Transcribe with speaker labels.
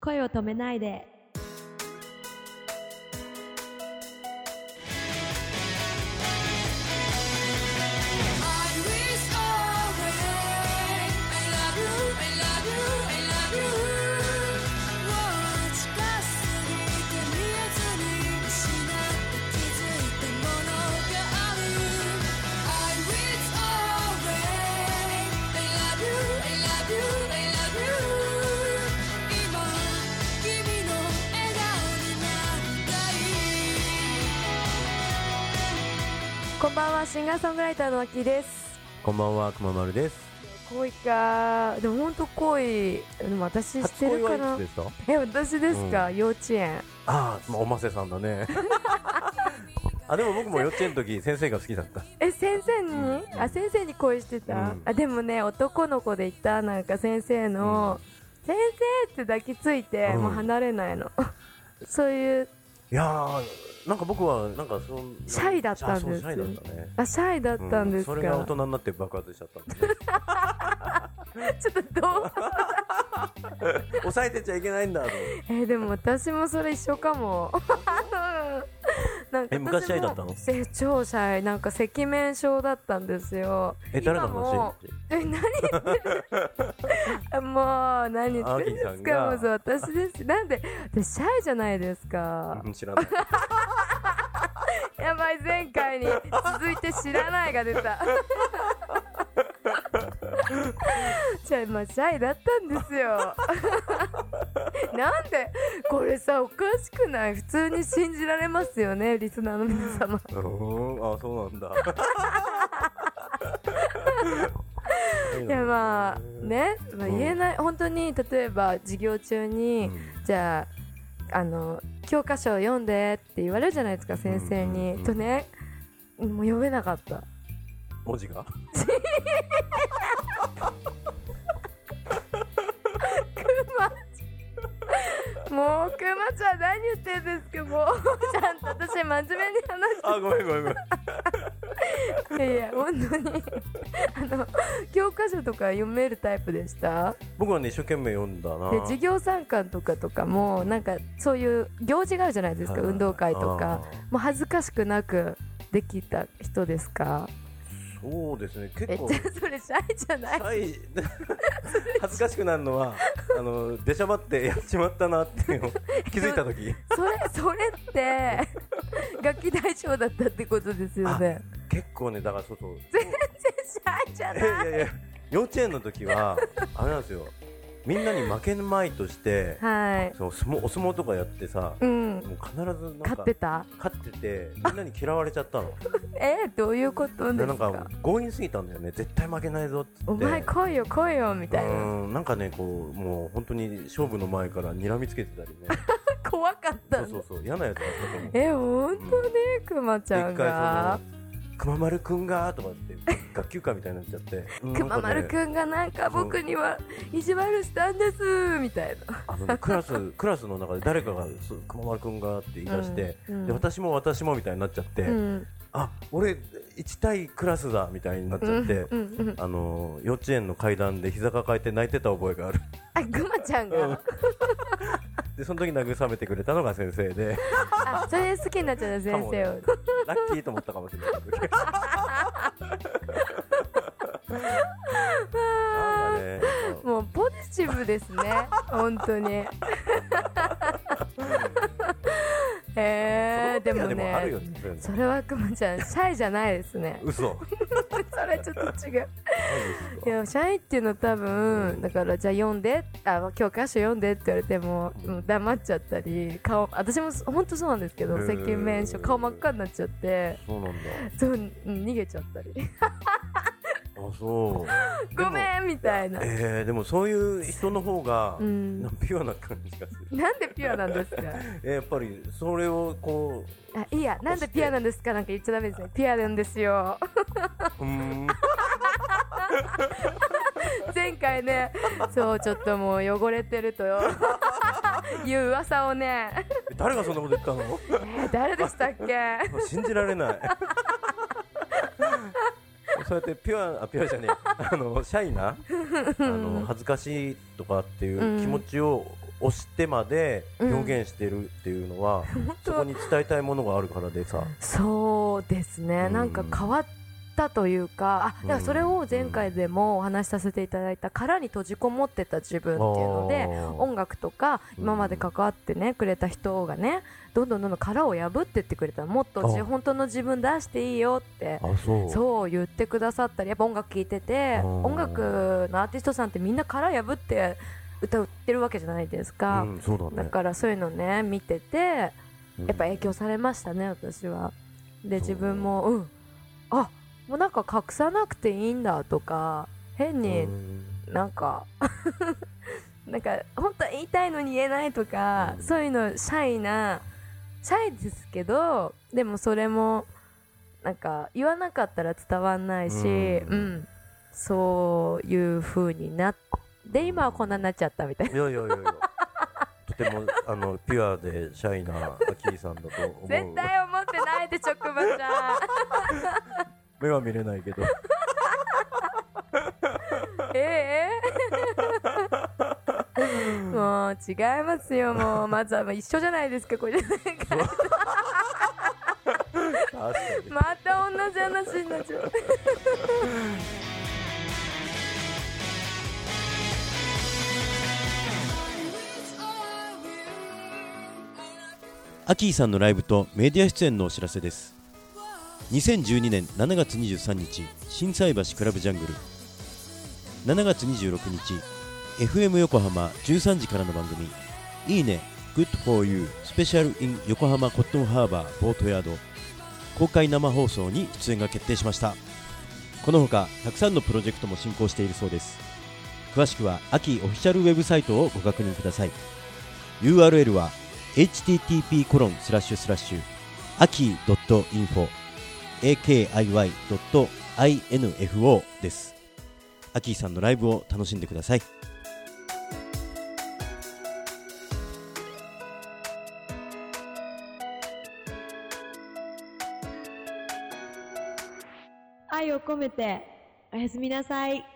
Speaker 1: 声を止めないで。
Speaker 2: Iris orange. I love you, I love you, I love you. もう近すぎて見えずに失って気づいたものがある。Iris orange. I love you, I love you, I love you. 今君の笑顔になりたい。
Speaker 3: こんばんは、シンガーソングライターの脇です。
Speaker 4: こんばんは、くままるです。
Speaker 3: 恋か、でも本当恋、でも私知ってるかな
Speaker 4: 初恋はいつ。ですか
Speaker 3: え、私ですか、幼稚園。
Speaker 4: ああ、まあおませさんだ ね。あ、でも僕も幼稚園の時、先生が好きだった。
Speaker 3: え、先生に、あ、先生に恋してた、
Speaker 4: うん
Speaker 3: あ、でもね、男の子でいた、なんか先生の、先生って抱きついて、
Speaker 4: うん
Speaker 3: もう離れないの。 そういう、
Speaker 4: いやー、なんか僕は、なんかその、
Speaker 3: シャイだったんです
Speaker 4: あそうシャイだったね。
Speaker 3: あ、シャイだったんですか、
Speaker 4: うそれが大人になって爆発しちゃったんだ ね。
Speaker 3: ちょっとどう
Speaker 4: 抑えてちゃいけないんだと思って。
Speaker 3: え、でも私もそれ一緒かも。 なんか
Speaker 4: え昔シャイだったの
Speaker 3: 私もえ超シャイなんか赤面症だったんですよ
Speaker 4: え、誰の
Speaker 3: 今も
Speaker 4: 話
Speaker 3: え何言 ってるもう何言ってるんで
Speaker 4: あき
Speaker 3: す
Speaker 4: さん
Speaker 3: か
Speaker 4: が
Speaker 3: もうそう私ですなんで私シャイじゃないですか
Speaker 4: うん 知らない。
Speaker 3: やばい前回に続いて知らないが出たじゃあまあシャイだったんですよなんでこれさおかしくない普通に信じられますよねリスナーの皆様
Speaker 4: うーん、あ、そうなんだ。
Speaker 3: いやまあね、まあ、
Speaker 4: うん
Speaker 3: 言えない、本当に例えば授業中に、
Speaker 4: うん
Speaker 3: じゃああの教科書を読んでって言われるじゃないですか先生に、
Speaker 4: うんうんうん
Speaker 3: とねもう読めなかった
Speaker 4: 文字が
Speaker 3: もうくまちゃん何言ってんですかも うちゃんと私真面目に話して
Speaker 4: あ、ごめんごめんごめ
Speaker 3: い
Speaker 4: ん。
Speaker 3: やいや本当に あの教科書とか読めるタイプでした
Speaker 4: 僕はね、一生懸命読んだな。
Speaker 3: で授業参観とかとかもなんかそういう行事があるじゃないですか、
Speaker 4: はいはい
Speaker 3: 運動会とか。
Speaker 4: あー
Speaker 3: もう恥ずかしくなくできた人ですか
Speaker 4: そうですね、
Speaker 3: え
Speaker 4: 結構
Speaker 3: じゃ。あそれシャイじゃない
Speaker 4: はい恥ずかしくなるのはあの出しゃばってやっちまったなってい うの気づいた時
Speaker 3: それそれって楽器大賞だったってことですよね
Speaker 4: 結構ねだからそうそう
Speaker 3: 全然 シャイじゃ
Speaker 4: い
Speaker 3: ない
Speaker 4: やいやいや幼稚園の時はあれなんですよみんなに負けまいとして
Speaker 3: はい
Speaker 4: そう相撲お相撲とかやってさ
Speaker 3: うん
Speaker 4: もう必ずなんか
Speaker 3: 勝ってた
Speaker 4: 勝っててみんなに嫌われちゃっ たの
Speaker 3: えどういうことで
Speaker 4: な
Speaker 3: す
Speaker 4: んか
Speaker 3: か
Speaker 4: 強引すぎたんだよね絶対負けないぞっつって
Speaker 3: お前来いよ来いよみ
Speaker 4: う
Speaker 3: たいなん
Speaker 4: なんかねこうもう本当に勝負の前から睨みつけてたりね
Speaker 3: 怖かっ
Speaker 4: そ
Speaker 3: た
Speaker 4: うそ
Speaker 3: の
Speaker 4: うそう嫌なやつだったと思う
Speaker 3: え本当にクマちゃんが
Speaker 4: で一回その熊丸くんがとか って学級会みたいになっちゃって
Speaker 3: くままる
Speaker 4: ん
Speaker 3: くんがなんか
Speaker 4: そう
Speaker 3: 僕には意地悪したんですみたいな
Speaker 4: あのねクラス クラスの中で誰かがそう熊丸くんがって言い出して、
Speaker 3: うんうん
Speaker 4: で私も私もみたいになっちゃって、
Speaker 3: うん
Speaker 4: あ俺1対クラスだみたいになっちゃって、
Speaker 3: うんうん
Speaker 4: あのー幼稚園の階段で膝抱えて泣いてた覚えがある
Speaker 3: あくまちゃんが
Speaker 4: でその時慰めてくれたのが先生で
Speaker 3: あそれで好きになっちゃった先生を
Speaker 4: かもねラッキーと思ったかもしれない なんかね
Speaker 3: もうポジティブですね本当 に えー、でも
Speaker 4: いやあるよ
Speaker 3: ね
Speaker 4: ねそういうの
Speaker 3: それはくまちゃんシャイじゃないですねそ
Speaker 4: 嘘
Speaker 3: れちょっと違う いやシャイっていうのは多分だからじゃあ読んであ教科書読んでって言われてももう黙っちゃったり顔私も本当そうなんですけど
Speaker 4: へ
Speaker 3: 赤
Speaker 4: ー
Speaker 3: 面症顔真っ赤になっちゃって
Speaker 4: そうなんだ
Speaker 3: そううん逃げちゃったり
Speaker 4: あそう
Speaker 3: ごめんみたいな、
Speaker 4: えー、でもそういう人の方が、
Speaker 3: うん
Speaker 4: なんかピュアな感じがする、
Speaker 3: なんでピュアなんです か
Speaker 4: えーやっぱりそれをこ
Speaker 3: あいいやなんでピアなんですかなんか言っちゃダメですねピアなんですよ
Speaker 4: ううーん
Speaker 3: 前回ねそうちょっともう汚れてると よいう噂をね
Speaker 4: え誰がそんなこと言ったの
Speaker 3: え誰でしたっけ
Speaker 4: 信じられないそうやってピュアあピュアじゃねえあのシャイなあの恥ずかしいとかっていう気持ちを押してまで
Speaker 3: うん
Speaker 4: 表現してるっていうの は、そこに伝えたいものがあるからでさ、
Speaker 3: そうですね、
Speaker 4: うん
Speaker 3: なんか変わったというか、あだからそれを前回でもお話しさせていただいた殻に閉じこもってた自分っていうので、
Speaker 4: あー
Speaker 3: 音楽とか
Speaker 4: うん
Speaker 3: 今まで関わってねくれた人がね、どんどんどんどん殻を破ってってくれたら、もっと自
Speaker 4: あ
Speaker 3: 本当の自分出していいよって。
Speaker 4: あそう
Speaker 3: そう言ってくださったりやっぱ音楽聴いてて
Speaker 4: あー
Speaker 3: 音楽のアーティストさんってみんな殻破って歌ってるわけじゃないですか、
Speaker 4: うん、そうだね
Speaker 3: だからそういうのね見てて
Speaker 4: うん
Speaker 3: やっぱ影響されましたね、私は。で、
Speaker 4: そう
Speaker 3: 自分も、うん、あもうなんか隠さなくていいんだとか、変に
Speaker 4: うん
Speaker 3: なんか、 なんか、本当は言いたいのに言えないとか、
Speaker 4: うん
Speaker 3: そういうの、シャイな、シャイですけど、でもそれも、なんか、言わなかったら伝わんないし、う
Speaker 4: うん
Speaker 3: ん、そういう風になって、今はこんなになっちゃったみたいな。
Speaker 4: いやいやいやいやとてもあのピュアでシャイなアキーさんだと思う
Speaker 3: 絶対思ってないで、直馬ちゃん。
Speaker 4: 目は見れない けど
Speaker 3: ええもう違いますよもうまずはもう一緒じゃないですかこれ
Speaker 4: 確かに
Speaker 3: また同じ話になっちゃう
Speaker 1: アキーさんのライブとメディア出演のお知らせです2012年7月23日心斎橋クラブジャングル7月26日 FM 横浜13時からの番組「いいね Good for You スペシャル in 横浜コットンハーバーボートヤード」公開生放送に出演が決定しましたこのほかたくさんのプロジェクトも進行しているそうです詳しくはアキーオフィシャルウェブサイトをご確認ください URL は http コロンスラッシュスラッシュ aki.info akiy.info ですアキーさんのライブを楽しんでください
Speaker 5: 愛を込めておやすみなさい